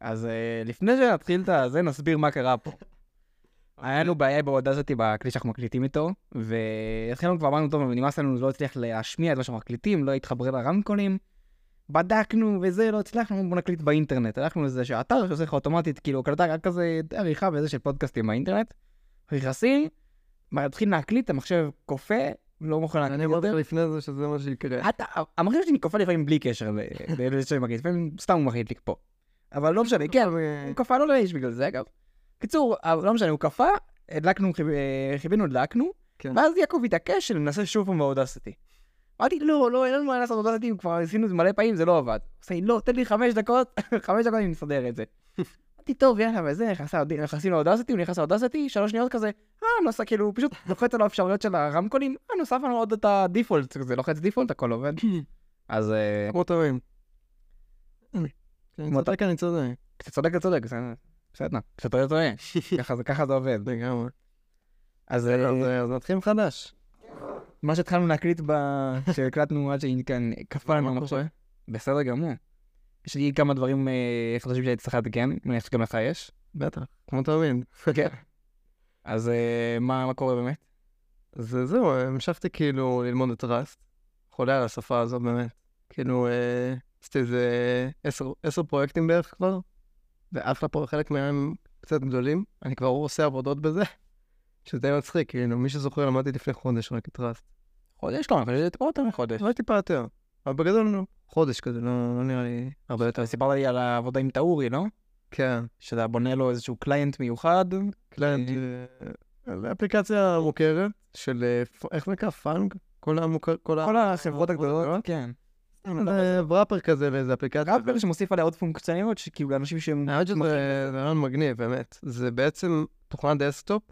אז אה, לפני שנתחיל את הזה, נסביר מה קרה פה. היה לנו בעיה בהודעה הזאת בכלי שאנחנו מקליטים איתו, והתחילנו כבר אמרנו, טוב, אבל נמאס לנו, זה לא הצליח להשמיע את מה שאנחנו מקליטים, לא התחבר לרמקולים. בדקנו וזה, לא הצלחנו, בוא נקליט באינטרנט. הלכנו לזה שהאתר שעושה לך אוטומטית, כאילו, הקלטה רק כזה עריכה וזה של פודקאסטים באינטרנט. נכנסים, מתחיל להקליט, המחשב קופא, לא מוכן להקליט אני אמרתי לך לפני זה שזה מה שיקרה. אתה, המחשב שלי קופא לפעמים בלי קשר ל- לזה שאני מרגיש, לפעמים סתם הוא מחליט לקפוא. אבל לא משנה, כן, הוא קפא לא לאיש בגלל זה אגב. קיצור, אבל לא משנה, הוא קפא, הדלקנו, חיב- אה, כיבינו, הדלקנו, כן. ואז יעקב התעקש שננסה שוב פעם באודסטי. אמרתי, לא, לא, אין לנו מה לעשות באודסטי, כבר עשינו את זה מלא פעמים, זה לא עבד. הוא עושה לי, לא, תן לי חמש דקות, חמש דקות אני מסדר את זה. אמרתי, טוב, יאללה, וזה, נכנס לאוד- נכנסים לאודסטי, הוא נכנס לאודסטי, שלוש שניות כזה, אה, נוסע, כאילו, הוא פשוט לוחץ על האפשרויות של הרמקולים, אה, נוסף לנו עוד את הדיפולט, כזה, לוחץ דיפולט, הכל עובד. אז אה, כמו תמים. אני כמו צודק, אני צודק. כשאתה צודק, אתה צודק, בסדר, בסדר, כשאתה טועה, טועה, ככה זה- ככה זה עובד. לגמרי. אז אז, אה, אה, אז נתחיל מחדש. מה שהתחלנו להקליט ב... שהקלטנו עד שקפלנו מה המחשב. קורה? בסדר גמור. יש לי כמה דברים אה, חדשים שהייתי צריך לתקן, אני מניח שגם לך יש. בטח. כמו תמיד. כן. אז אה, מה מה קורה באמת? אז אה, זהו, אה, המשכתי כאילו ללמוד את ראסט. חולה על השפה הזו באמת. כאילו, אה, עשיתי איזה עשר- עשר פרויקטים בערך כבר, ואחלה פה חלק מהם קצת גדולים. אני כבר עושה עבודות בזה, שזה די מצחיק, כאילו, מי שזוכר למדתי לפני חודש רק את ראסט. חודש לא, אני חושב שזה טיפה יותר מחודש. אולי טיפה יותר, אבל בגדול לא. חודש כזה, לא לא נראה לי הרבה יותר. אתה סיפרת לי על העבודה עם טאורי, לא? כן, שאתה בונה לו איזשהו קליינט מיוחד. קליינט, אה, אה, אפליקציה מוכרת של, אה, פ- איך זה נקרא? פאנג? כל המוכר, כל ה... כל החברות הגדולות, כן. זה בראפר כזה לאיזה אפליקציה. ראפר שמוסיף עליה עוד פונקציוניות, שכאילו לאנשים שהם... האמת שזה זה רעיון מגניב, באמת. זה בעצם תוכנת דסקטופ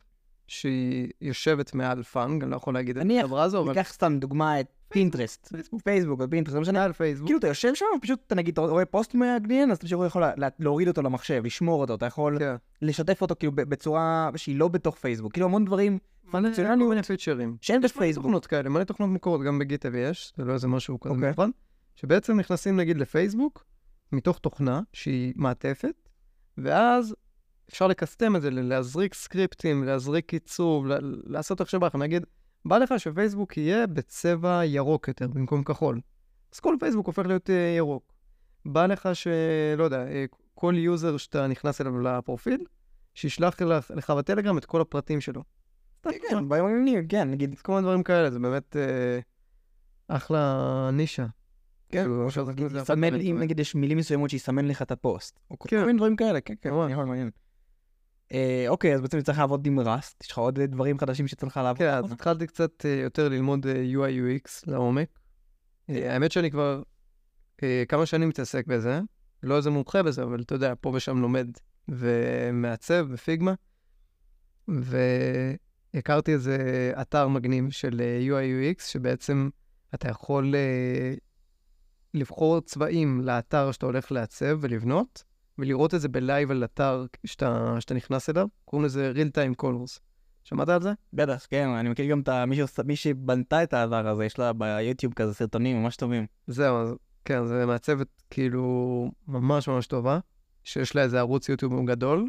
שהיא יושבת מעל פאנג, אני לא יכול להגיד את נניח, החברה הזו, אבל ניקח סתם דוגמה את פינטרסט, פייסבוק או פינטרסט, לא משנה, מעל פייסבוק. כאילו אתה יושב שם, פשוט אתה נגיד אתה רואה פוסט מהגלין, אז אתה פשוט יכול לה- לה- להוריד אותו למחשב, לשמור אותו, אתה יכול כן. לשתף אותו כאילו ב- בצורה שהיא לא בתוך פייסבוק, כאילו המון דברים כן. מלא כל מיני פיצ'רים. שאין בפייסבוק. תוכנות כאלה, מלא תוכנות מוכרות, גם בגיטר יש, זה לא איזה משהו כזה אוקיי. נכון, שבעצם נכנסים נגיד לפייסבוק, מתוך תוכנה שהיא מעטפת, ואז אפשר לקסטם את זה, ל- להזריק סקריפטים, להזריק קיצוב, ל- לעשות עכשיו לך, נגיד, בא לך שפייסבוק יהיה בצבע ירוק יותר במקום כחול. אז כל פייסבוק הופך להיות אה, ירוק. בא לך ש... לא יודע, אה, כל יוזר שאתה נכנס אליו לפרופיל, שישלח לך, לך בטלגרם את כל הפרטים שלו. כן, דברים מגניבים, כן, נגיד, כל מיני דברים כאלה, זה באמת אה, אחלה נישה. כן, כאילו, או אפשר שאתה לעשות את זה הרבה יסמן, דברים. אם נגיד יש מילים מסוימות שיסמן לך את הפוסט. או כל כן. מיני דברים כאלה, כן, כן, ממש. יכול מעניין. אה, אוקיי, אז בעצם צריך לעבוד עם ראסט, יש לך עוד דברים חדשים שצריך לעבוד. כן, אז התחלתי קצת אה, יותר ללמוד UI/UX לעומק. אה, האמת שאני כבר אה, כמה שנים מתעסק בזה, לא איזה מומחה בזה, אבל אתה יודע, פה ושם לומד ומעצב בפיגמה. והכרתי איזה אתר מגניב של אה, UI/UX, שבעצם אתה יכול אה, לבחור צבעים לאתר שאתה הולך לעצב ולבנות, ולראות את זה בלייב על אתר שאתה, שאתה נכנס אליו, קוראים לזה real time colors. שמעת על זה? בטח, כן, אני מכיר גם את ה- מי שעושה- מי שבנתה את האתר הזה, יש לה ביוטיוב כזה סרטונים ממש טובים. זהו, אז כן, זה מעצבת כאילו ממש ממש טובה, שיש לה איזה ערוץ יוטיוב גדול,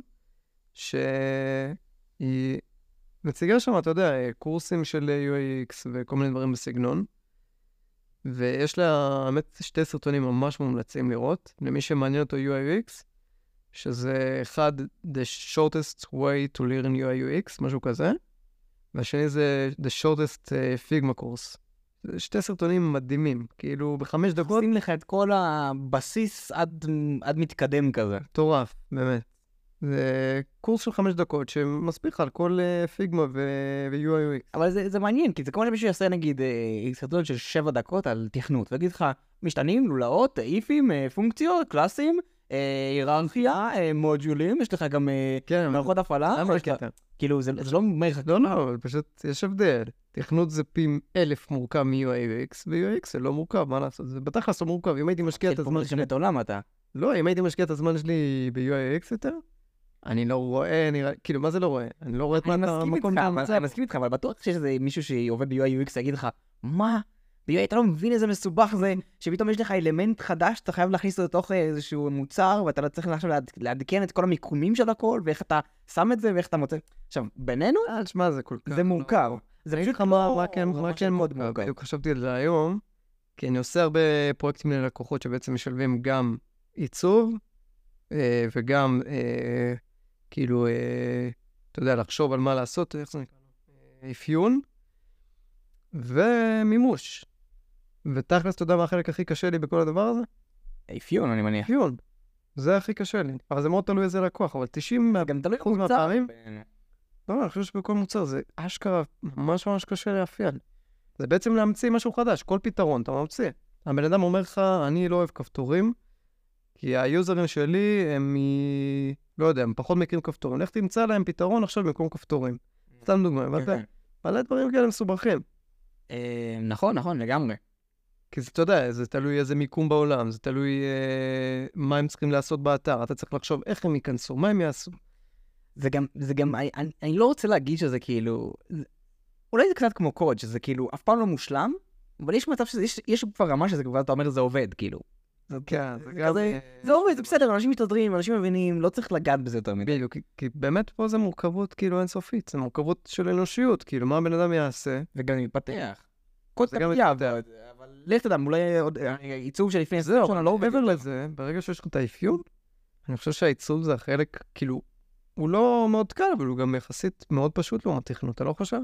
שהיא מציגה שם, אתה יודע, קורסים של UX וכל מיני דברים בסגנון, ויש לה, האמת, שתי סרטונים ממש מומלצים לראות, למי שמעניין אותו UX, שזה אחד, The shortest way to learn UI/UX, משהו כזה, והשני זה The shortest אה, Figma course. זה שתי סרטונים מדהימים, כאילו בחמש דקות, עושים לך את כל הבסיס עד, עד מתקדם כזה. מטורף, באמת. זה קורס של חמש דקות שמסביר לך על כל אה, פיגמה ו-UI/UX. אבל זה, זה מעניין, כי זה כמו שמישהו יעשה נגיד אה, סרטון של שבע דקות על תכנות, ויגיד לך, משתנים, לולאות, איפים, אה, פונקציות, קלאסים, אה, היררכיה, אה, מודולים, יש לך גם אה, כן, מערכות הפעלה, למה יש לך- הקטע? כאילו זה, זה לא אומר לך, לא, לא, אבל פשוט יש הבדל. תכנות זה פי אלף מורכב מ-UI/UX, ו-UX זה לא מורכב, מה לעשות? זה בתכלס לא מורכב. אם הייתי משקיע את כאילו, הזמן שלי... את העולם אתה. לא, אם הייתי משקיע את הזמן שלי ב-UI/UX יותר, אני לא רואה, נראה... כאילו, מה זה לא רואה? אני לא רואה את מה אני אתה... מסכים מקום איתך, אבל- שאתה אני נמצא. מסכים איתך, אבל בטוח שיש איזה מישהו שעובד ב-UI UX יגיד לך, מה? בגלל אתה לא מבין איזה מסובך זה, שפתאום יש לך אלמנט חדש שאתה חייב להכניס אותו לתוך איזשהו מוצר, ואתה לא צריך עכשיו לעד- לעדכן את כל המיקומים של הכל, ואיך אתה שם את זה, ואיך אתה מוצא... עכשיו, בינינו, אה, תשמע, זה כל כך... זה מורכב. כן, לא. זה אני אגיד פשוט לך מה לא- מה כן, זה מה ממש כן מאוד מורכב. מורכב. בדיוק חשבתי על זה היום, כי אני עושה הרבה פרויקטים ללקוחות שבעצם משלבים גם עיצוב, אה, וגם אה, כאילו, אה, אתה יודע, לחשוב על מה לעשות, איך זה נקרא? אה, אפיון, ומימוש. ותכלס, אתה יודע מה החלק הכי קשה לי בכל הדבר הזה? אפיון, אני מניח. אפיון. זה הכי קשה לי. אבל זה מאוד תלוי איזה לקוח, אבל 90 מה- גם תלוי אחוז במוצר. מהפעמים? לא, אני חושב שבכל מוצר זה אשכרה ממש ממש קשה לאפיין. זה בעצם להמציא משהו חדש, כל פתרון אתה ממציא. הבן אדם אומר לך, אני לא אוהב כפתורים, כי היוזרים שלי הם מ... לא יודע, הם פחות מכירים כפתורים. לך תמצא להם פתרון עכשיו במקום כפתורים. סתם דוגמא, כן, ואתה כן. מלא דברים כאלה מסובכים. אה, נכון, נכון, לגמרי. כי זה, אתה יודע, זה תלוי איזה מיקום בעולם, זה תלוי אה, מה הם צריכים לעשות באתר. אתה צריך לחשוב איך הם ייכנסו, מה הם יעשו. זה גם, זה גם, אני, אני- אני לא רוצה להגיד שזה כאילו, זה, אולי זה קצת כמו קוד, שזה כאילו אף פעם לא מושלם, אבל יש מצב שזה, יש, יש כבר רמה שזה כבר, אתה אומר, זה עובד, כאילו. זה, כן, זה כזה- זה עובד, זה בסדר, אנשים מסתדרים, אנשים מבינים, לא צריך לגעת בזה יותר מדי. בדיוק, כי- כי באמת פה זה מורכבות כאילו אינסופית, זה מורכבות של אנושיות, כאילו מה הבן אדם יעשה? וגם מתפתח. קוד זה גם תמיד יעבוד, אבל לך תדע, אולי עוד, אה, העיצוב שלפני עשרים זהו, שנה אבל לא עובד. מעבר יותר. לזה, ברגע שיש לך את האפיון, אני חושב שהעיצוב זה החלק, כאילו, הוא לא מאוד קל, אבל הוא גם יחסית מאוד פשוט לעומת תכנות, אתה לא חושב?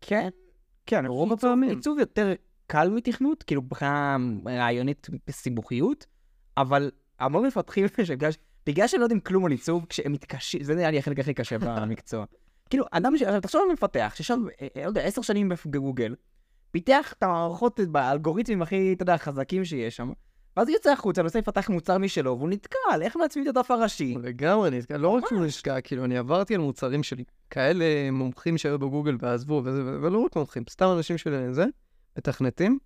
כן, כן, רוב עיצוב- הפעמים. עיצוב יותר קל מתכנות, כאילו מבחינה רעיונית בסיבוכיות, אבל המון מפתחים, שבגלל ש- בגלל שהם לא יודעים כלום על עיצוב, כשהם מתקשים, זה נראה לי החלק הכי קשה במקצוע. כאילו, אדם, ש... עכשיו, תחשוב על מפתח, ששם, אה, אה, לא יודע, עשר שנים בגוגל, פיתח את המערכות, את האלגוריתמים הכי, אתה יודע, החזקים שיש שם, ואז הוא יוצא החוצה, נוסע לפתח מוצר משלו, והוא נתקע על איך מעצבים את הדף הראשי. לגמרי נתקע, לא רק שהוא נשקע, כאילו, אני עברתי על מוצרים שלי, כאלה מומחים שהיו בגוגל ועזבו, וזה, ו- ולא רק מומחים, סתם אנשים של זה, מתכנתים.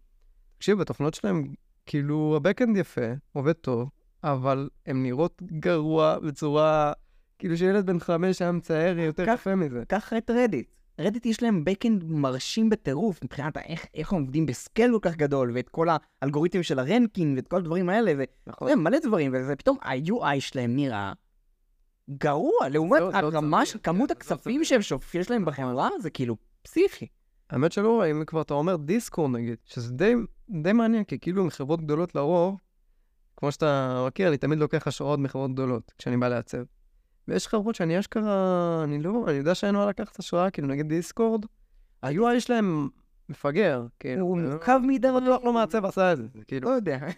תקשיב, התוכנות שלהם, כאילו, הבקאנד יפה, עובד טוב, אבל הן נראות גרוע בצורה, כאילו שילד בן חמש היה מצייר יותר כך- יפה מזה. קח את רדיט. רדיט יש להם בקאנד מרשים בטירוף, מבחינת איך, איך הם עובדים בסקייל כל כך גדול, ואת כל האלגוריתם של הרנקין, ואת כל הדברים האלה, נכון. ואתה יודע, מלא דברים, וזה פתאום ה-UI שלהם נראה גרוע, לעומת לא- לא הרמה סביר, של כן, כמות זה לא הכספים סביר. שהם שופ- שיש להם בחברה, זה כאילו פסיכי. האמת שלא, אם כבר אתה אומר דיסקורד נגיד, שזה די, די מעניין, כי כאילו עם חברות גדולות לרוב, כמו שאתה מכיר, אני תמיד לוקח השראות מחברות גדולות כשאני בא לעצב. ויש חברות שאני אשכרה, אני לא, אני יודע שאין מה לקחת השראה, כאילו נגיד דיסקורד, ה-UI שלהם מפגר, כאילו. הוא אני לא- מורכב מדי, אבל בטוח לא מעצב עשה את זה, זה כאילו. לא יודע.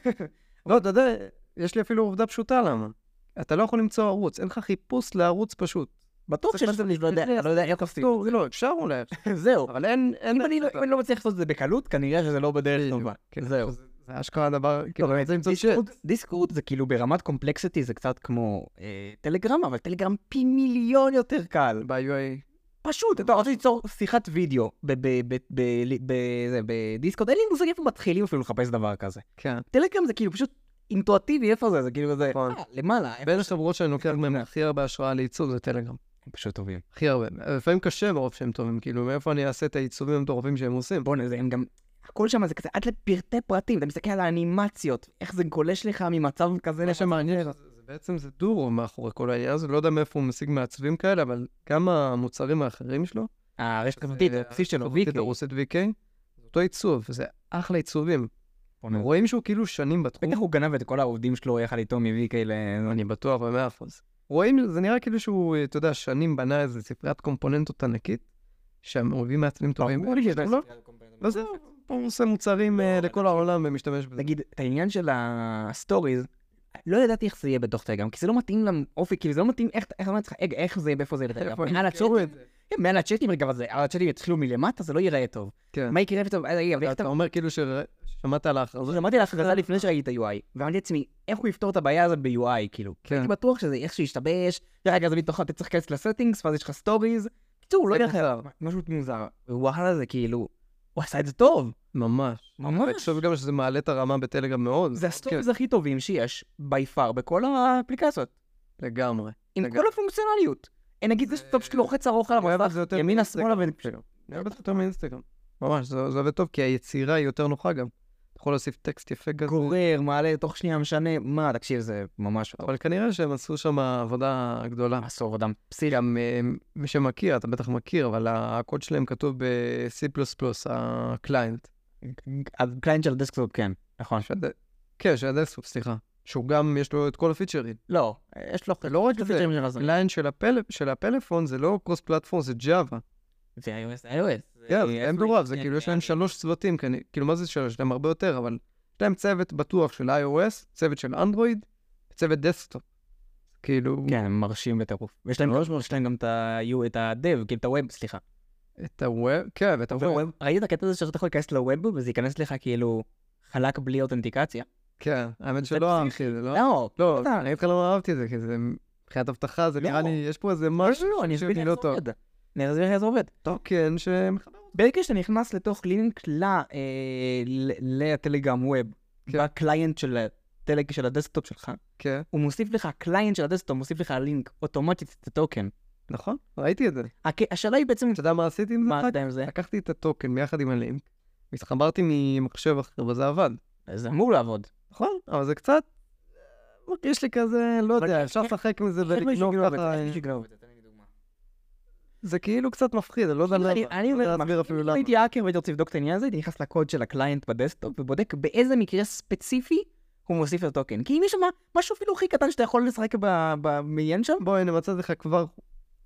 לא, אתה יודע, יש לי אפילו עובדה פשוטה למה. אתה לא יכול למצוא ערוץ, אין לך חיפוש לערוץ פשוט. בטוח צריך שיש לעשות- אני לא יודע, אני לא יודע איך עושים. לא, לא, אפשר אולי, זהו. אבל אין, אין... אם אני לא- אם אני לא מצליח לעשות את זה בקלות, כנראה שזה לא בדרך בדיוק, טובה. כן, זהו. זה זה אשכרה דבר, לא, כאילו, באמת, זה למצוא ש... דיסקורד- דיסקורד זה כאילו ברמת קומפלקסיטי זה קצת כמו אה, טלגרם, אבל טלגרם פי מיליון יותר קל. ב-UI. פשוט, אתה רוצה ליצור שיחת וידאו ב- ב- ב- ב- ב- זה, בדיסקורד, אין לי מושג איפה מתחילים אפילו לחפש דבר כזה. כן. טלגרם זה כאילו פשוט אינטואטיבי איפה זה, זה כאילו זה, נכון. אה, למעלה, איפה בין ש- החברות שאני לוקח מהן הכי הרבה השראה לעיצוב זה טלגרם. הם פשוט טובים. הכי הרבה. לפעמים קשה מרוב שהם טובים, כאילו, מאיפה אני אעשה את העיצובים המטורפים שהם עושים? בואנה, זה הם גם, הכל שם זה כזה עד לפרטי פרטים, אתה מסתכל על האנימציות, איך זה גולש לך ממצב כזה מה למצב שמעניין, זה- זה בעצם זה דורו מאחורי כל העניין הזה, לא יודע מאיפה הוא משיג מעצבים כאלה, אבל גם המוצרים האחרים שלו, הרשת החברתית, זה- הבסיס אה, שלו, החברתית ויקי. הרוסית VK, זה אותו עיצוב, זה אחלה עיצובים. בואנה, רואים שהוא כאילו שנים בתחום. בטח הוא גנב את כל העובדים שלו יחד איתו מוויקי ל... אני בטוח במאה אחוז. רואים, זה נראה כאילו שהוא, אתה יודע, שנים בנה איזה ספריית קומפוננטות ענקית, שהמובילים מעצבים טובים. ברור לי שיש לא? לו וזהו, פה הוא עושה מוצרים אה, לכל העולם ומשתמש בזה. נגיד, את העניין של הסטוריז, לא ידעתי איך זה יהיה בתוך טלגרם, כי זה לא מתאים לאופי, כאילו זה לא מתאים, איך, איך אמרתי לך, רגע, איך זה, מאיפה זה יהיה איפה לטלגרם? הם מעל יזכרו הצ'אטים, כאילו את זה? כן, מעל הצ'אטים, רגע, אבל זה- הצ'אטים יתחילו מלמטה, זה לא ייראה טוב. כן. מה יקרה פתאום, רגע, אבל איך אתה אתה... אומר כאילו ששמעת על ההכרזה. שמעתי על ההכרזה לפני שראיתי את ה-UI, ואמרתי לעצמי, איך הוא יפתור את הבעיה הזאת ב-UI, כאילו. כן. הייתי בטוח שזה איכשהו ישתבש, רגע, זה מתוכן, אתה צריך להיכנס לסטינגס, ואז יש לך סטוריז. בקיצור, לא זה יודע איך... משהו מוזר. וואלה, זה כאילו, הוא עשה את זה טוב. ממש. ממש. אני חושב גם שזה מעלה את הרמה בטלגרם מאוד. זה כן, הסטוריז הכי טובים שיש, by far, בכל האפליקציות. כן, לגמרי. עם לגמרי. כל הפונקציונליות. אה, נגיד זה שאתה פשוט לוחץ ארוך על אני אוהב את המסך, זה יותר ימינה, מאינסטגרם. שמאלה ו... אני אוהב את זה יותר מאינסטגרם. ממש, זה זה עובד טוב, כי היצירה היא יותר נוחה גם. אתה יכול להוסיף טקסט יפה כזה. גורר, מעלה, תוך שנייה משנה, מה, תקשיב, זה ממש... אבל כנראה שהם עשו שם עבודה גדולה. עשו עבודה פסיל. גם אה, מי שמכיר, אתה בטח מכיר, אבל הקוד שלהם כתוב ב-C++, הקליינט. הקליינט של הדסקטופ, כן, נכון. שהד- כן, של הדסקטופ, סליחה. שהוא גם, יש לו את כל הפיצ'רים. לא, יש לו לא רק יש לו זה. פיצ'רים של הזמן. הקליינט של, הפל... של הפלאפון זה לא קרוס פלטפורם, זה ג'אווה. זה iOS, iOS. כן, זה היה מטורף, זה כן, כאילו, יש כן, להם כן. שלוש צוותים, כנראה- כאילו, מה זה שלוש? יש להם הרבה יותר, אבל יש להם צוות בטוח של iOS, צוות של אנדרואיד, צוות דסקטופ. כאילו, כן, הם מרשים בטירוף. ויש להם יש להם גם את ה-U, את ה-Dev, כאילו את ה-Web, סליחה. את הווב, כן, ואת הווב, ה-Web. ראית את הקטע הזה שאתה יכול להיכנס ל-Web וזה ייכנס לך כאילו חלק בלי אותנטיקציה? כן, האמת זה שלא פסיכי. אהבתי את זה, לא? לא, לא, אתה- אני אגיד לך למה אהבתי את זה, כי זה מבחינת אבטחה, זה לא. נראה לי, יש פה איזה לא, משהו לא, אני אסביר שיושב לך לי איך לא זה טוב. עובד. אני אסביר לך איך זה עובד. טוקן שמחבר. ברגע שאתה נכנס לתוך לינק ל- אה, ל- לטלגרם ווב, כן. בקליינט של הטלג של הדסקטופ שלך, כן, הוא מוסיף לך, הקליינט של הדסקטופ מוסיף לך לינק אוטומטית את הטוקן. נכון, ראיתי את זה. הק- השאלה היא בעצם, אתה יודע מה עשיתי עם זה? מה אתה אחר יודע עם זה? כך? לקחתי את הטוקן ביחד עם הלינק, התחברתי ממחשב אחר וזה עבד. זה אמור לעבוד. נכון, אבל זה קצת... יש לי כזה, לא אבל כן, יודע, איך- אפשר איך- לשחק עם זה איך מישהו ולגנוב יגנוב את ככה... אה, זה? איך מישהו יגנוב את זה? תן לי דוגמה. זה כאילו קצת מפחיד, אני לא יודע למה. אני- אני לא יודע אומר, להסביר אפילו אם למה. הייתי האקר והייתי רוצה לבדוק את העניין הזה, הייתי נכנס לקוד של הקליינט בדסטופ ובודק באיזה מקרה ספציפי הוא מוסיף את הטוקן. כי אם יש שם משהו אפילו הכי קטן שאתה יכול לשחק ב- במעיין שם, בוא, הנה, מצאתי לך כבר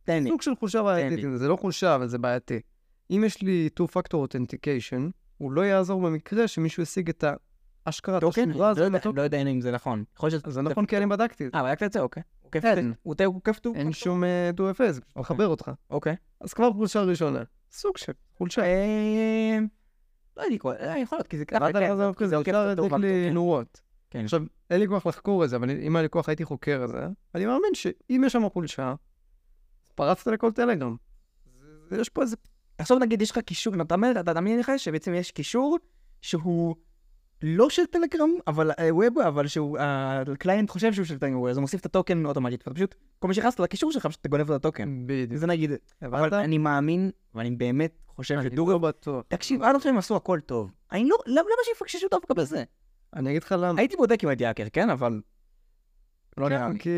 תן לי. סוג של חולשה בעייתית. לי. זה לא חולשה, אבל זה בעייתי. אם יש לי two-factor authentication, הוא לא יעזור במקרה שמישהו השיג את האשכרה, את טוקן? השמורה לא הזאת. יודע- מהטוקן. לא יודע אם זה נכון. יכול להיות אז זה נכון, כי אני בדקתי את זה. אה, בדקת את זה? אוקיי. הוא כיף כן. טו- הוא די- הוא כיף טו. אין שום אה, דו-אפס, אוקיי. מחבר אותך. אוקיי. אז כבר חולשה ראשונה. סוג של חולשה. אה, לא יודע, לקרוא- אה, יכול להיות, כי זה ככה. אמרת לך זה מפחיד, זה עוקף את אפשר הטור להדליק והטור, לי כן. נורות. כן. עכשיו, אין לי כוח לחקור את זה, אבל אם היה לי כוח הייתי חוקר את זה. אני מאמין שאם יש שם חולשה, פרצת לכל טלגרם. זה- יש פה איזה... תחשוב נגיד יש לך קישור, אתה אומר, אתה תאמין לך שבעצם יש קישור שהוא לא של טלגרם, אבל אה, ווב, אבל שהוא, הקליינט חושב שהוא של טלגרם, אז הוא מוסיף את הטוקן אוטומטית, ואתה פשוט, כל מי שנכנס לקישור שלך, פשוט גונב לו את הטוקן. בדיוק. כן. זה נגיד, אבל הבנת? אני מאמין, ואני באמת חושב אני שדור... לא בטוח. תקשיב, עד עכשיו הם עשו הכל טוב. אני לא, למה למה שיפקששו דווקא בזה? אני אגיד לך למה. הייתי בודק אם הייתי האקר, כן, אבל... לא נראה לי. כי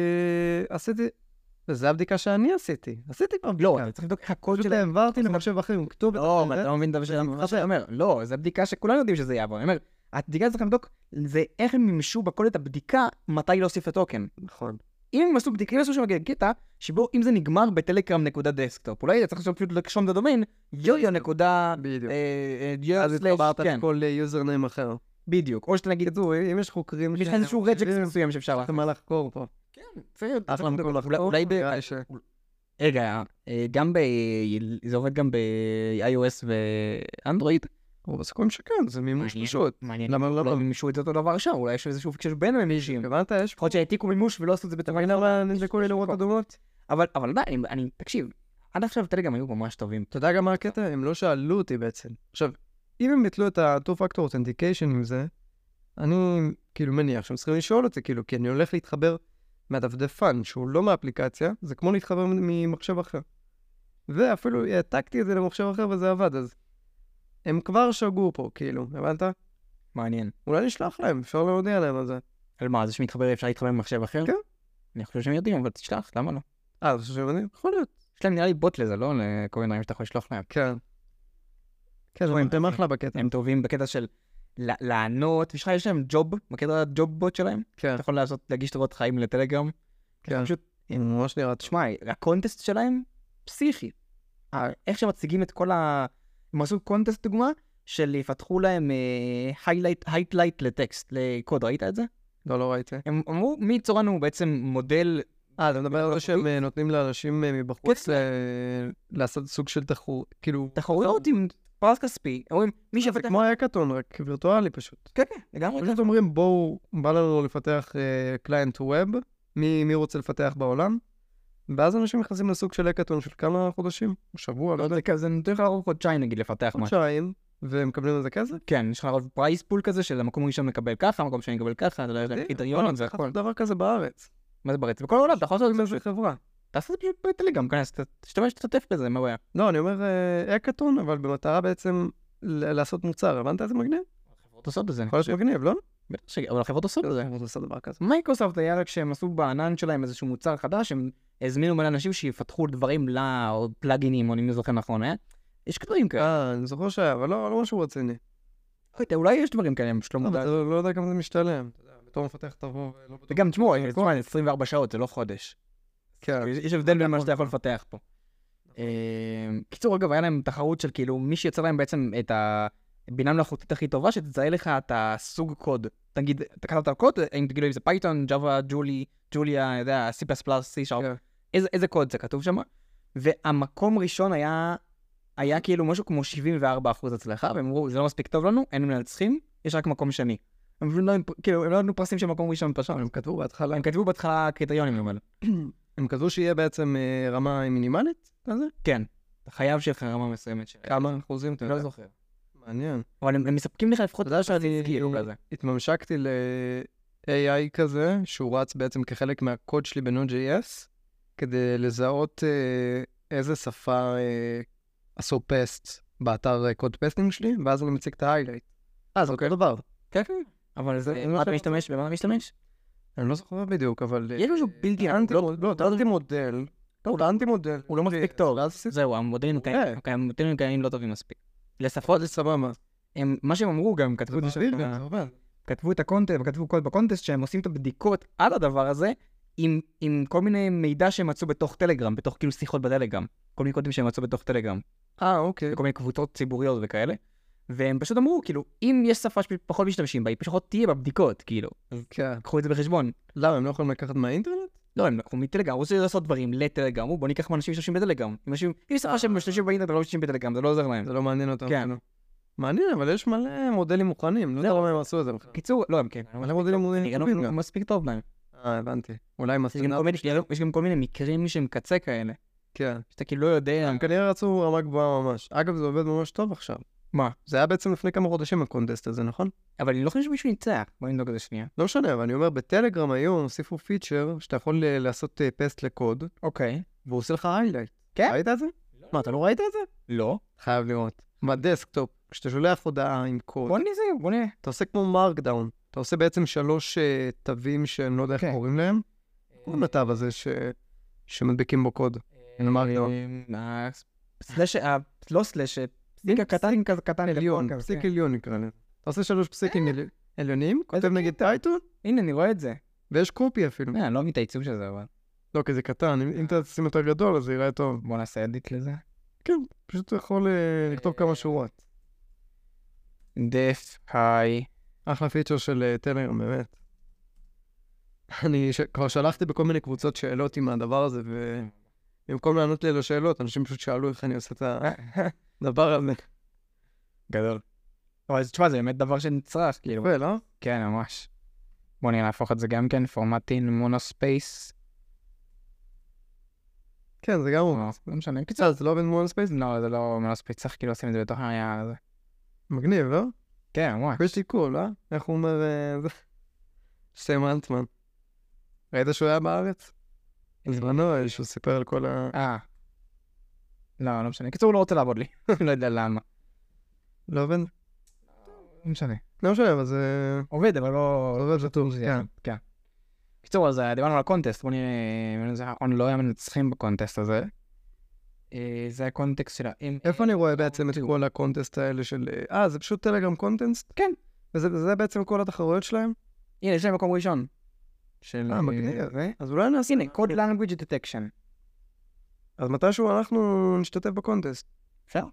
עשיתי... וזו הבדיקה שאני עשיתי. עשיתי כבר לא, בדיקה. אתה צריך לבדוק איך הקוד כן. פשוט שלהם. העברתי עושים- למחשב אחר עם כתובת לא, אבל אחרת. אתה לא מבין את השאלה, מה שאני אומר. לא, זו בדיקה שכולנו יודעים שזה יעבור. אני אומר, הבדיקה שצריך לבדוק זה איך הם מימשו בכל את הבדיקה, מתי להוסיף את הטוקן. נכון. אם הם עשו בדיקה, אם עשו שם קטע, שבו אם זה נגמר בטלגרם נקודה דסקטופ, אולי אתה צריך עכשיו פשוט לרשום את הדומיין, יויו נקודה... בדיוק. אה, אה, יויו אז סלאש, התחברת כן, לכל יוזרניים אחר. בדיוק. או שאתה נגיד, תראו, אה, אם יש חוקרים... אה, יש לך איזשהו שהם- רג'קט מסוים שאפשר יש לך לעשות. מה לחקור פה. כן, צריך- אחלה צריך- מקום לחקור. אולי ב- נראה לי ש- רגע, אה, גם ב... זה עובד גם ב-iOS ואנדרואיד. אבל בסיכויים שכן, זה מימוש מעניין. פשוט. מעניין. למה אולי לא? הם מימשו את זה אותו דבר שם, אולי יש איזשהו פיקשש בין הם מישים. הבנת? יש פה... יכול להיות שהעתיקו מימוש ולא עשו את זה אתה בטח. מבין למה נזרקו לי נורות מקום. אדומות? אבל, אבל די, אני, אני, תקשיב, עד עכשיו טלגרם היו ממש טובים. אתה יודע גם מה הקטע? הם לא שאלו אותי בעצם. עכשיו, אם הם ביטלו את ה-2-Factor Authentication עם זה, אני כאילו מניח שהם צריכים לשאול אותי, כאילו, כי אני הולך להתחבר מהדפדפן, שהוא לא מהאפליקציה, זה כמו להתחבר ממחשב אחר. ואפילו העתקתי את זה למחשב אחר וזה עבד, אז הם כבר שגו פה, כאילו, הבנת? מעניין. אולי נשלח להם, אפשר להודיע להם על זה. על מה, זה שמתחבר, אפשר להתחבר במחשב אחר? כן. אני חושב שהם יודעים, אבל תשלח, למה לא? אה, זה שהם יודעים? יכול להיות. יש להם נראה לי בוט לזה, לא? לכל מיני דברים שאתה יכול לשלוח להם. כן. כן, רואים, הם אתם אחלה בקטע. הם טובים בקטע של לה- לענות, יש לך, יש להם ג'וב, מכיר את הג'וב בוט שלהם? כן, אתה יכול לעשות, להגיש תורות חיים לטלגרם. כן. פשוט, הם ממש נראה תשמע, הקונטסט שלהם, פסיכי. ה- איך שמציגים את כל ה... הם עשו קונטסט דוגמה, של יפתחו להם הייטלייט לטקסט, לקוד, ראית את זה? לא, לא ראיתי. הם אמרו, מי צורן הוא בעצם מודל, אה, אתה מדבר על זה שהם תחרות? אה, נותנים לאנשים אה, מבחוץ אוקיי. כן. ל- לעשות סוג של תחרות, כאילו... תחרויות עם פרס כספי. אומרים, מי אה, זה שיפתח... כמו היקטון, רק וירטואלי פשוט. כן, כן, לגמרי. פשוט אומרים, בואו, בא לנו לפתח קליינט ווב, מי מי רוצה לפתח בעולם? ואז אנשים נכנסים לסוג של היקטון של כמה חודשים, או שבוע, לא יודע, זה כזה, זה נותן לך לרוב חודשיים נגיד לפתח משהו. חודשיים, ומקבלים על זה כסף? כן, יש לך לרוב פרייס פול כזה של המקום הראשון מקבל ככה, המקום שני מקבל ככה, אתה יודע, יש להם מדהים, קריטריונים צריך והכל. לעשות דבר כזה בארץ. מה זה ברצף? בכל העולם, אתה יכול לעשות עם את זה. איזה חברה. תעשה את זה בטלגרם, כנס, תשתמש, תשתתף בזה, מה הבעיה? לא, אני אומר אה, היקטון, אבל במטרה בעצם ל- לעשות מוצר, הבנת איזה מגניב? החברות עושות את זה, אני יכול חושב. להיות מגניב, לא? בטח ש- אבל החברות עושות את זה. אנחנו נעשה דבר כזה. מייקרוסופט היה רק כשהם עשו בענן שלהם איזשהו מוצר חדש, הם הזמינו מלא אנשים שיפתחו דברים ל... או פלאגינים, או אני לא זוכר נכון, אה? יש כתבים כאלה. אה, אני זוכר שהיה, אבל לא לא משהו רציני. לא יודע, אולי יש דברים כאלה, אני פשוט לא אבל אתה מודע. לא יודע כמה זה משתלם. אתה יודע, בתור מפתח תבוא ולא בטוח. וגם, תשמעו, זה זמן, 24 שעות, זה לא חודש. כאילו, כן. יש יש הבדל בין מה שאתה יכול לפתח פה. נכון. אה, קיצור, אגב, היה להם תחרות של כאילו, מי שיצר להם בעצם את הבינה מלאכותית הכי טובה, שתזהה לך את הסוג קוד. תגיד, אתה כתבת קוד, אם תגידו אם זה פייתון, ג'אווה, ג'ולי, ג'וליה, אני יודע, C++, C שרפ, כן. איזה, איזה קוד זה כתוב שם? והמקום ראשון היה, היה כאילו משהו כמו 74 אחוז הצלחה, והם אמרו, זה לא מספיק טוב לנו, אין מנצחים, יש רק מקום שני. הם פשוט לא, כאילו, הם לא נתנו פרסים של מקום ראשון פשוט, הם כתבו בהתחלה, הם כתבו בהתחלה קריטריונים, אבל. הם כתבו שיהיה בעצם אה, רמה מינימלית כזה? כן, אתה חייב שיהיה לך רמה מסוימת של... כמה אחוזים אתה לא יודע? זוכר. מעניין. אבל הם הם מספקים לך לפחות... אתה יודע שאני כאילו כזה. התממשקתי ל-AI כזה, שהוא רץ בעצם כחלק מהקוד שלי ב-Node.js, כדי לזהות אה, איזה שפה אה, עשו פסט באתר קוד פסטינג שלי, ואז אני מציג את ה-highlight. אה, זה אותו דבר. כן, כן. אבל זה... זה מה מה אתה ש- משתמש? במה אתה משתמש? אני לא זוכר בדיוק, אבל... אה, יש משהו בלתי... טענתי לא- מוד- לא, טענתי מודל. לא, טענתי מודל. הוא לא מספיק טוב. ואז עשיתי זהו, המודלים מעולה. הקיימים- אוקיי, המודלים הקיימים לא טובים מספיק. לשפות, עוד סבבה. הם- מה שהם אמרו גם, כתבו זה את זה מעביר שם- גם, זה עובד. כתבו את הקונטנט, וכתבו קוד בקונטסט שהם עושים את הבדיקות על הדבר הזה עם, עם כל מיני מידע שהם מצאו בתוך טלגרם, בתוך כאילו שיחות בטלגרם. כל מיני קודים שהם מצאו בתוך טלגרם, אה, אוקיי. וכל מיני קבוצות ציבוריות וכאלה. והם פשוט אמרו, כאילו, אם יש שפה שפחות משתמשים בה, היא פחות תהיה בבדיקות, כאילו. כן. לקחו את זה בחשבון. למה, הם לא יכולים לקחת מהאינטרנט? לא, הם לקחו מטלגרם, רוצים לעשות דברים לטלגרם, אמרו, בוא ניקח מאנשים שמשתמשים בטלגרם. אם אנשים- אם יש שפה שהם משתמשים באינטרנט ולא משתמשים בטלגרם, אה. זה לא עוזר להם. זה לא מעניין אותם. כן. כאילו. מעניין, אבל יש מלא מודלים מוכנים. לא יודע למה הם עשו את זה בכלל. קיצור, לא, הם כן. מלא מודלים נראה מוכנים. לא- טובים לא גם. מספיק טוב להם. אה, הבנתי. אולי הם יש עשו... גם כל מיני- יש גם כל מיני מקרים שהם קצה כאלה. כן. שאתה כאילו לא יודע. הם כנראה רצו רמה גבוהה ממש. אגב, זה עובד ממש טוב עכשיו. מה? זה היה בעצם לפני כמה חודשים הקונטסט הזה, נכון? אבל אני לא חושב שמישהו ניצח. בוא נבדוק את זה שנייה. לא משנה, אבל אני אומר, בטלגרם היום הוסיפו פיצ'ר שאתה יכול אה, לעשות אה, פסט לקוד, אוקיי. והוא עושה לך highlight. כן? ראית את זה? מה, אתה לא ראית את זה? לא. חייב לראות. בדסקטופ, כשאתה שולח הודעה עם קוד, בוא נזה, בוא נראה. אתה עושה כמו מרקדאון. אתה עושה בעצם שלוש אה, תווים שאני לא יודע איך כן. קוראים להם. אה. קוראים לתו הזה ש... שמדביקים בו קוד. לא. מריו. סלאש, ה- אה, לא סלאש, פסיק הקטן כזה קטן. עליון, כזה, פסיק כן. עליון נקרא לזה. אתה עושה שלוש פסיקים עלי- עליונים, כותב איזה נגיד טייטון, הנה, אני רואה את זה. ויש קופי אפילו. אה, אני לא מבין את העיצוב של זה, אבל. לא, כי זה קטן, אם אם אתה תשים יותר גדול אז זה ייראה טוב. בוא נעשה אדיט לזה. כן, פשוט אתה יכול אה, לכתוב כמה שורות. דף, היי. אחלה פיצ'ר של אה, טלגרם, באמת. אני ש... כבר שלחתי בכל מיני קבוצות שאלות עם הדבר הזה, ובמקום לענות לי על השאלות, אנשים פשוט שאלו איך אני עושה את הדבר הזה. גדול. אבל תשמע, זה באמת דבר שנצרך, כאילו. יפה, לא? כן, ממש. בוא נראה, נהפוך את זה גם כן, פורמטין, מונוספייס. כן, זה גם הוא. לא לא משנה. קיצור, קצת, זה לא עובד מול ספייס? לא, זה לא מונוספייס, צריך כאילו לשים את זה בתוך העניין הזה. מגניב, לא? כן, ממש. יש לי קול, אה? איך הוא אומר... אה, זה? סם אלטמן. ראית שהוא היה בארץ? בזמנו, שהוא סיפר על כל ה... אה. לא, לא משנה. קיצור, הוא לא רוצה לעבוד לי. לא יודע למה. לא עובד? לא משנה. לא משנה, אבל זה... עובד, אבל לא... עובד בטור, כן. כן. קיצור, אז אה, דיברנו על הקונטסט, בוא נראה אם זה- און לא היה מנצחים בקונטסט הזה. אה, זה הקונטקסט של ה... אם- איפה אני רואה בעצם את כל הקונטסט האלה של... אה, זה פשוט טלגרם קונטסט? כן. וזה זה בעצם כל התחרויות שלהם? הנה, יש להם מקום ראשון. של... אה, מגניב. זה. אז אולי נעשה... הנה, code language detection. אז מתישהו אנחנו נשתתף בקונטסט. אפשר?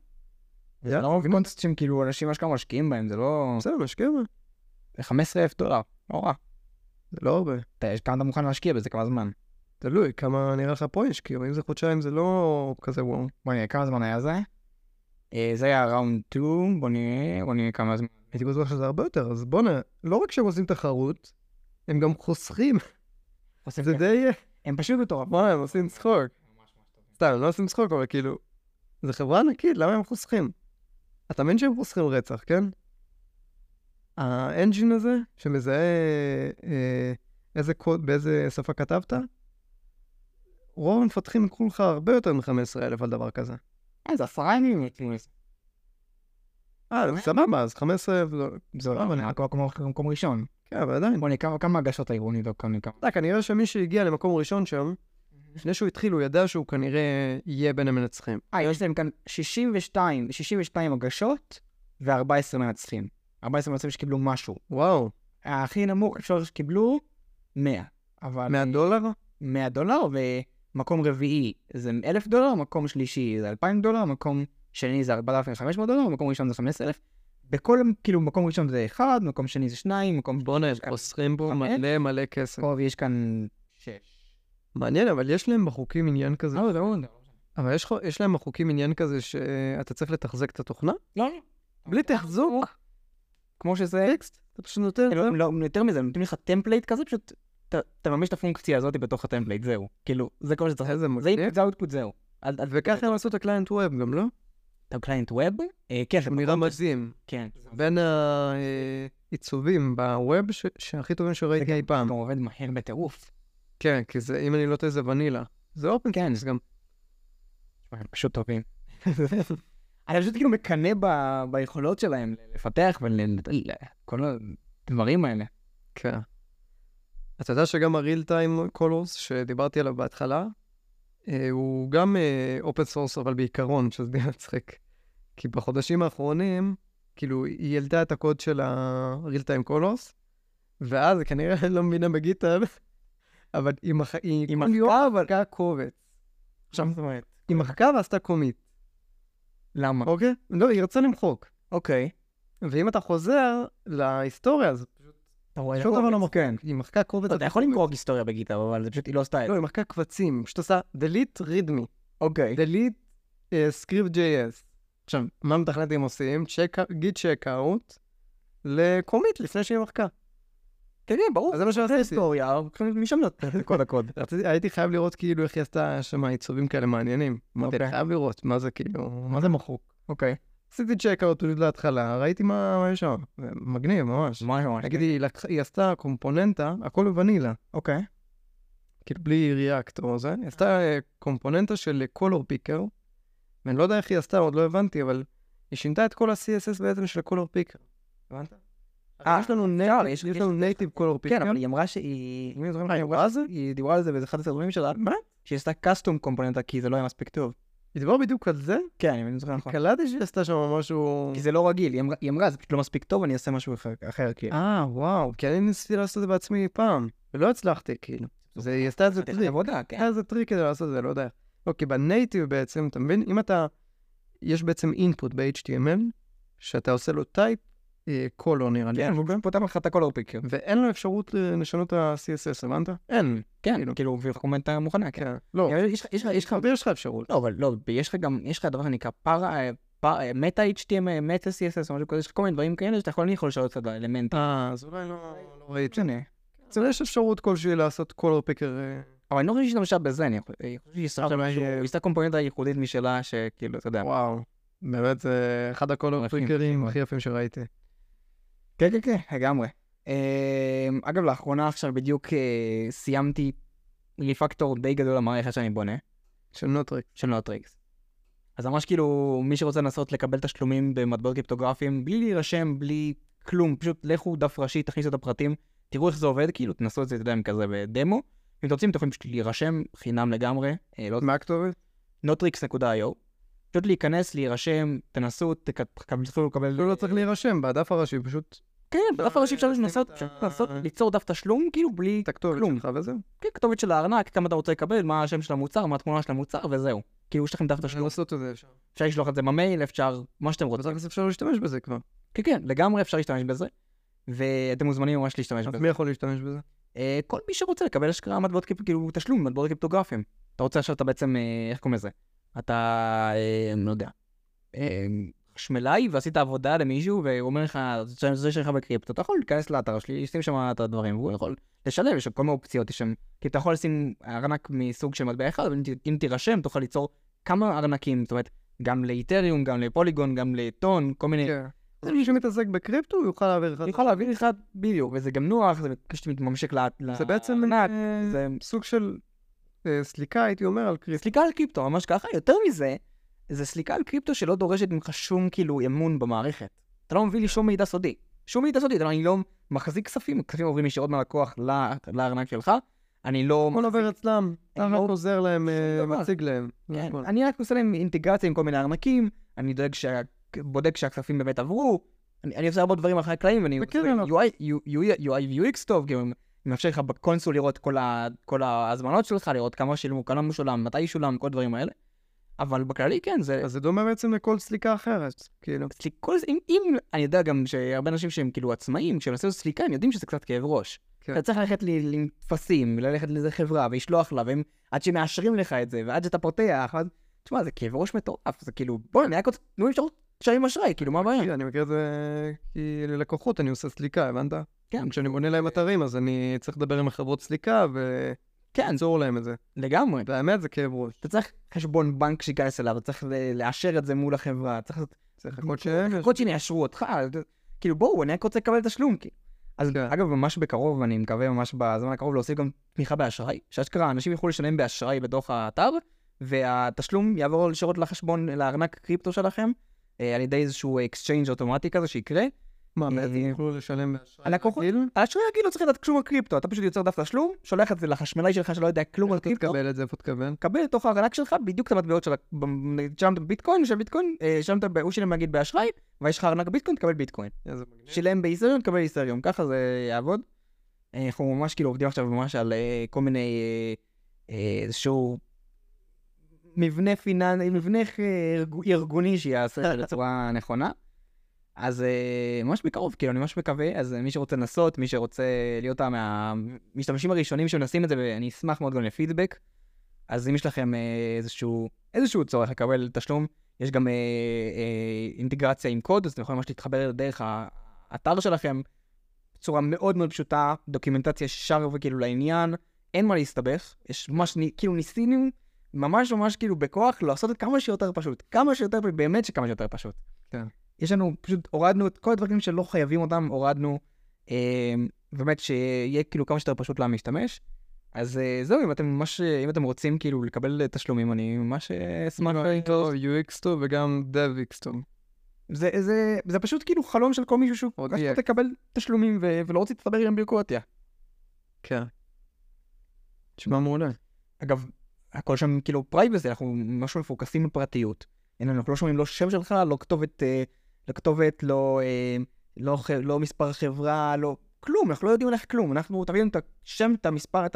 זה יאללה. לא קונטסט שהם כאילו אנשים אשכרה משקיעים בהם, זה לא... בסדר, נשקיע בה. זה 15 אלף דולר, לא רע. זה לא הרבה. אתה- כמה אתה מוכן להשקיע בזה, כמה זמן? תלוי כמה נראה לך פה ישקיעו, אם זה חודשיים זה לא כזה וואו. בוא נראה, כמה זמן היה זה? אה, זה היה ראונד 2, בוא נראה, בוא נראה כמה זמן. הייתי בטוח שזה הרבה יותר, אז בואנה, לא רק שהם עושים תחרות, הם גם חוסכים, זה די... אוקיי. הם פשוט מטורפים. בואנה, הם עושים צחוק. סתם, הם לא עושים צחוק, אבל כאילו, זה חברה ענקית, למה הם חוסכים? אתה מבין שהם חוסכים רצח, כן? האנג'ין הזה, שמזהה אה, איזה קוד, באיזה שפה כתבת, רוב המפתחים יקחו לך הרבה יותר מ-15,000 על דבר כזה. אה, זה עשרה ימים. כאילו. אה, סבבה, אז 15... לא, זה לא נראה כבר כמו מקום ראשון. כן, אבל עדיין. בוא ניקח כמה הגשות היו נבדוק כאן ניקח. אתה יודע, כנראה שמי שהגיע למקום ראשון שם, לפני שהוא התחיל, הוא ידע שהוא כנראה יהיה בין המנצחים. אה, יש להם כאן 62, 62 הגשות ו-14 מנצחים. 14 מנצחים שקיבלו משהו. וואו, הכי נמוך אפשר שקיבלו 100. אבל... 100 דולר? 100 דולר, ומקום רביעי זה 1,000 דולר, מקום שלישי זה 2,000 דולר, מקום שני זה 4,500 דולר, מקום ראשון זה 15,000. בכל, כאילו, מקום ראשון זה 1, מקום שני זה 2, מקום... בואנה, כן. חוסכים פה חמש? מלא מלא כסף. פה יש כאן... שש. אה, מעניין, אבל יש להם בחוקים עניין כזה. לא, לא, לא. אבל יש, חו- יש להם בחוקים עניין כזה שאתה צריך לתחזק את התוכנה? לא, לא. בלי תחזוק. כמו שזה... טקסט? אתה פשוט נותן... אוקיי. הם לא, לא, יותר מזה, הם נותנים לך טמפלייט כזה, פשוט ת- תממש את הפונקציה הזאת בתוך הטמפלייט, זהו. כאילו, זה כל מה שצריך. איזה זה מגניב. input זה output, זהו. אל- אל- וככה הם עשו את הקליינט ווב גם, לא? אתה קליינט ווב? אה, כן, הוא נראה מדהים. כן. בין העיצובים בווב ש- שהכי טובים שראיתי אי פעם. גם לא- עובד מהר בטירוף. כן, כי זה, אם אני לא טועה, זה ונילה. זה אופן כן. סורס גם. הם פשוט טובים. אני פשוט כאילו מקנא ב- ביכולות שלהם לפתח ולכל הדברים האלה. כן. אתה יודע שגם הריל טיים קולורס שדיברתי עליו בהתחלה, אה, הוא גם אופן סורס, אבל בעיקרון, שזה די מצחיק. כי בחודשים האחרונים, כאילו, היא העלתה את הקוד של הריל טיים קולורס, ואז היא כנראה לא מבינה בגיטר, אבל היא מח- היא היא כל מחקה, יום מחקה קובץ. עכשיו זאת אומרת. היא מחקה ועשתה קומיט, למה? אוקיי? לא, היא רצתה למחוק. אוקיי. ואם אתה חוזר להיסטוריה, אז אתה רואה? שום דבר לא מוכר. כן. היא מחקה קובץ. אתה יכול למכור היסטוריה בגיטר, אבל זה פשוט היא לא עשתה את זה. לא, היא מחקה קבצים, פשוט עושה delete readme, אוקיי. delete script js. עכשיו, מה מתכנתים עושים? Check- git checkout לקומיט לפני שהיא מחקה. כן, כן, ברור. אז זה מה שעשיתי. היסטוריה, משם נותן את כל הקוד. רציתי- הייתי חייב לראות כאילו איך היא עשתה שם עיצובים כאלה מעניינים. אמרתי, אני אוקיי. חייב לראות, מה זה כאילו, מה זה מחוק? אוקיי. עשיתי checkout להתחלה, ראיתי מה מה יש שם. זה מגניב, ממש. ממש ממש. נגיד, היא לקחה- היא עשתה קומפוננטה, הכל בוונילה. אוקיי. כאילו בלי ריאקט או זה, היא עשתה אה, קומפוננטה של קולור פיקר, ואני לא יודע איך היא עשתה, עוד לא הבנתי, אבל היא שינתה את כל ה-CSS בעצם של קולור פיקר. הבנת? אה, יש לנו אפשר, נייטיב, יש- יש יש- לנו נייטיב קולור פיקר. כן, אבל היא אמרה שהיא... אם אני זוכר, נכון, היא אמרה על זה? היא דיברה על זה באחד הסרטונים שלה. מה? שהיא עשתה קאסטום קומפוננטה כי זה לא היה מספיק טוב. היא דיברה בדיוק על זה, כן, אם אני זוכר נכון. קלטתי שהיא עשתה שם משהו... כי זה לא רגיל, היא אמרה- היא אמרה, זה פשוט לא מספיק טוב, אני אעשה משהו אחר- אחר, כאילו. אה, וואו, כי אני ניסיתי לעשות את זה בעצמי פעם, ולא הצלחתי, כאילו. זה, היא עשתה את זה חתיכת טריק. עבודה, כן. היה איזה טריק כדי לעשות את זה, לא יודע. איך. לא, כי בנייטיב בעצם, אתה מבין? אם אתה, יש בעצם input ב-HTML, שאתה עושה לו טייפ, קולו נראה לי. כן, והוא גם פותח לך את הקולר פיקר. ואין לו אפשרות אה, לשנות את ה-CSS, הבנת? אין. כן, כאילו. כאילו, וקומנטה מוכנה, כן. כן. לא, אבל יש לך- יש לך- יש לך... יש לך אפשרות. לא, אבל לא, יש לך גם, יש לך דבר שנקרא פארה, מטה HTML, מטה CSS, או משהו כזה, יש לך כל מיני דברים כאלה שאתה יכול יכול לשנות את האלמנט. אה, אז אולי לא לא לא ראיתי. כן. משנה. אז אולי יש אפשרות כלשהי לעשות אה, קולר פיקר. אבל אני לא חושב שהיא השתמשה בזה, אני חושב אני חושב שהיא עשתה אבל משהו- היא- היא עשתה קומפוננטה ייחודית משלה, שכאילו, אתה יודע. וואו. באמת, זה אחד הקולר יפים, פיקרים יפים הכי יפים שראיתי. כן, כן, כן, לגמרי. אמ, אגב, לאחרונה עכשיו בדיוק אה, סיימתי ריפקטור די גדול למערכת שאני בונה, של נוטריק. של נוטריקס. אז ממש כאילו, מי שרוצה לנסות לקבל תשלומים במטבעות קריפטוגרפיים, בלי להירשם, בלי כלום, פשוט לכו דף ראשי, תכניסו את הפרטים, תראו איך זה עובד, כאילו, תנסו את זה, אתה יודע, עם כזה בדמו. אם אתם רוצים, אתם יכולים פשוט להירשם חינם לגמרי, אה, לא מה הכתובת? notrix.io. פשוט להיכנס, להירשם, תנסו, תק- תקבלו לקבל... לא לא צריך להירשם, בדף הראשי פשוט כן, בדף הראשי אפשר אה, לשים לנסות, את פשוט ה- אה. לנסות ליצור דף תשלום, כאילו בלי את הכתובת כלום. שלך וזהו. כן, כתובת של הארנק, כמה אתה רוצה לקבל, מה השם של המוצר, מה התמונה של המוצר, וזהו. כאילו, יש לכם דף אפשר תשלום, לעשות את זה אפשר. אפשר לשלוח את זה במייל, אפשר, מה שאתם רוצים. בתכלס אפשר להשתמש בזה כבר. כן, כן, לגמרי אפשר להשתמש בזה, ואתם מוזמנים ממש להשתמש אז בזה. מי יכול להשתמש בזה? אה, כל מי שרוצה לקבל השקעה מטבעות, קריפ- כאילו, תשלום, מטבעות קריפטוגרפיים. אתה רוצה עכשיו, אתה בעצם, אה, איך קוראים לזה? אתה, אה, לא יודע, אה, חשמלאי, ועשית עבודה למישהו, והוא אומר לך, "זה- זה שלך בקריפטו, אתה יכול להיכנס לאתר שלי, לשים שם את הדברים, והוא יכול לשלם, יש שם כל מיני אופציות, יש שם, כי אתה יכול לשים ארנק מסוג של מטבע אחד, אבל אם ת- אם תירשם, תוכל ליצור כמה ארנקים, זאת אומרת, גם לאיתריום, גם לפוליגון, גם לטון, כל מיני... כן. אז מי שמתעסק בקריפטו הוא יוכל להעביר לך. אני יכול להעביר לך בדיוק, וזה גם נוח, זה פשוט מתממשק ל- לארנק. זה בעצם אה, זה סוג של אה, סליקה, הייתי אומר, על קריפטו. סליקה על קריפטו, ממש ככה. יותר מזה, זה סליקה על קריפטו שלא דורשת ממך שום כאילו אמון במערכת. אתה לא מביא כן. לי שום מידע סודי. שום מידע סודי, אתה לא- אני לא מחזיק כספים, כספים עוברים ישירות מהלקוח ל- לארנק שלך, אני לא... הכל עובר אצלם, אתה אני רק לא- עוזר להם, אה, שום דבר. מציג להם. נכון. זה כן, הכל. אני רק עושה להם אינטגרציה עם כל מיני ארנקים, אני דואג שה... בודק שהכספים באמת עברו, אני, אני עושה הרבה דברים אחרי הקלעים, ואני מכיר עושה לנו. UI, UI, UI UX טוב, גם אני מאפשר לך בקונסול לראות כל, ה, כל ההזמנות שלך, לראות כמה שילמו, כמה משולם, מתי ישולם, כל הדברים האלה. אבל בכללי כן, זה... אז זה דומה בעצם לכל סליקה אחרת, כאילו. סליק- כל זה, אם, אם, אני יודע גם שהרבה אנשים שהם כאילו עצמאים, כשהם עושים סליקה, הם יודעים שזה קצת כאב ראש. כן. אתה צריך ללכת ל- לטפסים, ללכת לאיזה חברה, ולשלוח לה, והם, עד שמאשרים לך את זה, ועד שאתה פותח, אז, תשמע, זה כאב ראש מטורף, זה כאילו, בוא, אני רק רוצה, תנו לי אפשרות לשלם אשראי, כאילו, מה הבעיה? כן, אני מכיר את זה כי ללקוחות אני עושה סליקה, הבנת? כן, כשאני בונה להם אתרים, אז אני צריך לדבר עם החברות סליקה כן, וליצור להם את זה. לגמרי. והאמת זה כאב ראש. אתה צריך חשבון בנק שייכנס אליו, אתה צריך ל- לאשר את זה מול החברה, צריך לעשות צריך לחכות שהם... לפחות שהם יאשרו אותך, אתה- כאילו בואו, אני רק רוצה לקבל תשלום. כאילו. אז כן. אגב, ממש בקרוב, אני מקווה ממש בזמן הקרוב להוסיף גם תמיכה באשראי, שאשכרה אנשים יוכלו לשלם באשראי בתוך האתר, והתשלום יעבור ישירות לחשבון, לארנק קריפטו שלכם, אה, על ידי איזשהו אקסצ'יינג' אוטומטי כזה שיקרה. מה, אה, בעצם יוכלו לשלם באשראי? הלקוחות- רגיל? האשראי רגיל לא צריך לדעת כלום על קריפטו, אתה פשוט יוצר דף תשלום, שולח את זה לחשמלאי שלך שלא יודע כלום על איפה קריפטו, תקבל את זה? איפה תקבל? קבל לתוך הארנק שלך בדיוק את המטבעות של ה... ב- נגיד, שילמת בביטקוין, של ביטקוין, אה, שילמת, ב- הוא שילם נגיד באשראי, ויש לך ארנק ביטקוין, תקבל ביטקוין. איזה מגניב. שילם באיסטריום, תקבל איסטריום, ככה זה יעבוד. אה, אנחנו ממש כאילו עובדים עכשיו ממש על אה, כל מיני אה, אה, איזשהו מבנה פיננסי, מבנה אה, ארג- ארגוני שיעשה את זה בצורה נכונה. אז אה, ממש בקרוב, כאילו, אני ממש מקווה, אז אה, מי שרוצה לנסות, מי שרוצה להיות מהמשתמשים הראשונים שמנסים את זה, ואני אשמח מאוד גם לפידבק. אז אם יש לכם אה, איזשהו, איזשהו צורך לקבל תשלום, יש גם אה, אה, אינטגרציה עם קוד, אז אתם יכולים ממש להתחבר דרך האתר שלכם בצורה מאוד מאוד פשוטה, דוקימנטציה ישר וכאילו לעניין, אין מה להסתבך, יש ממש, ני- כאילו ניסינו ממש ממש כאילו בכוח לעשות את כמה שיותר פשוט, כמה שיותר, פשוט, באמת שכמה שיותר פשוט. כן. יש לנו, פשוט הורדנו את כל הדברים שלא חייבים אותם, הורדנו, אה, באמת שיהיה כאילו כמה שיותר פשוט למשתמש. אז אה, זהו, אם אתם ממש, אה, אם אתם רוצים כאילו לקבל אה, תשלומים, אני ממש אה, אשמח. טוב, UX טוב וגם DevX טוב. זה, זה, זה פשוט כאילו חלום של כל מישהו שהוא עוד רק יהיה. רוצה לקבל תשלומים ו- ולא רוצה להתחבר עם ביורוקרטיה. כן. תשמע מעולה. אגב, הכל שם כאילו פרייבסי, אנחנו ממש מפוקסים בפרטיות. אין לנו, אנחנו לא שומעים לא שם שלך, לא כתובת, אה, לא כתובת, לא, אה, לא, ח- לא מספר חברה, לא כלום, אנחנו לא יודעים עליך כלום. אנחנו, תביאו לנו את השם, את המספר, את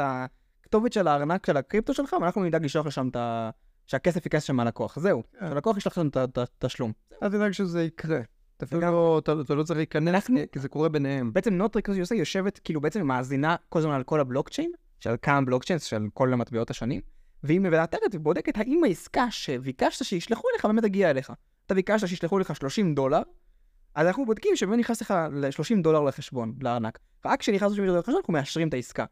הכתובת של הארנק של הקריפטו שלך, ואנחנו נדאג לשלוח לשם את ה... שהכסף ייכנס שם מהלקוח, זהו. כן. הלקוח ישלח לנו את ה- את התשלום. אל תדאג שזה יקרה. אתה אפילו לא- אתה- אתה לא צריך להיכנס, אנחנו- כי- כי זה קורה ביניהם. בעצם נוטריקס היא עושה, היא יושבת, כאילו בעצם היא מאזינה כל הזמן על כל הבלוקצ'יין, של כמה בלוקצ'יינס, של כל המטבעות השונים, והיא מנטרת ובודקת האם העסקה שביקשת שישלחו אליך באמת הגיעה אליך. אתה ביקשת שישלחו לך 30 דולר, אז אנחנו בודקים שבאמת נכנס לך ל-30 דולר לחשבון, לארנק. רק כשנכנס 30 דולר לחשבון, אנחנו מאשרים את העסקה.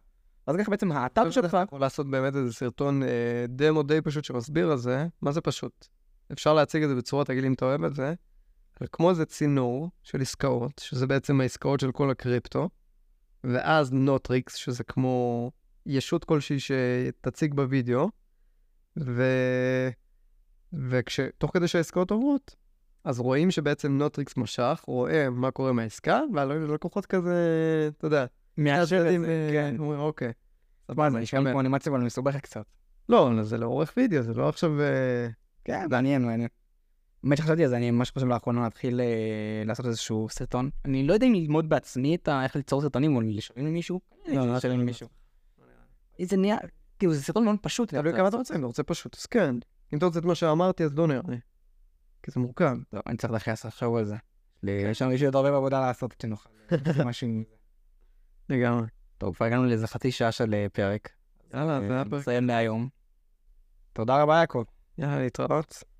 אז ככה בעצם האתר שלך, יכול לעשות באמת איזה סרטון אה, דמו די פשוט שמסביר על זה, מה זה פשוט? אפשר להציג את זה בצורה, תגיד לי אם אתה אוהב את זה, אבל כמו איזה צינור של עסקאות, שזה בעצם העסקאות של כל הקריפטו, ואז נוטריקס, שזה כמו ישות כלשהי שתציג בווידאו, ו... וכשתוך כדי שהעסקאות עוברות, אז רואים שבעצם נוטריקס משך, רואה מה קורה מהעסקה, והלקוחות כזה, אתה יודע, מאשר את הצדדים, זה. אה, כן. אומרים, אוקיי. מה זה, נשמע כן. לי כמו אנימציה, אבל אני מסובך קצת. לא, אבל זה לאורך וידאו, זה לא עכשיו... אה, כן, מעניין, מעניין. באמת שחשבתי על זה, אני ממש חושב לאחרונה להתחיל אה, לעשות איזשהו סרטון. אני לא יודע אם ללמוד בעצמי את ה... איך ליצור סרטונים או לשלם למישהו. לא, לא, לשלם לא, למישהו. זה נהיה, כאילו זה סרטון מאוד פשוט. תלוי כמה אתה רוצה, אם אתה רוצה פשוט, אז כן. אם אתה רוצה את מה שאמרתי, אז לא נראה לי. כי זה מורכב. לא, אני צריך לחייס לחשוב על זה. כן. יש לנו יש לי עוד הרבה עבודה לעשות כשנוכל. לעשות משהו עם זה. לגמרי. טוב, כבר הגענו לאיזה חצי שעה של אה, פרק. יאללה, זה היה פרק. נסיים להיום. תודה רבה, יעקב. יאללה, להתראות.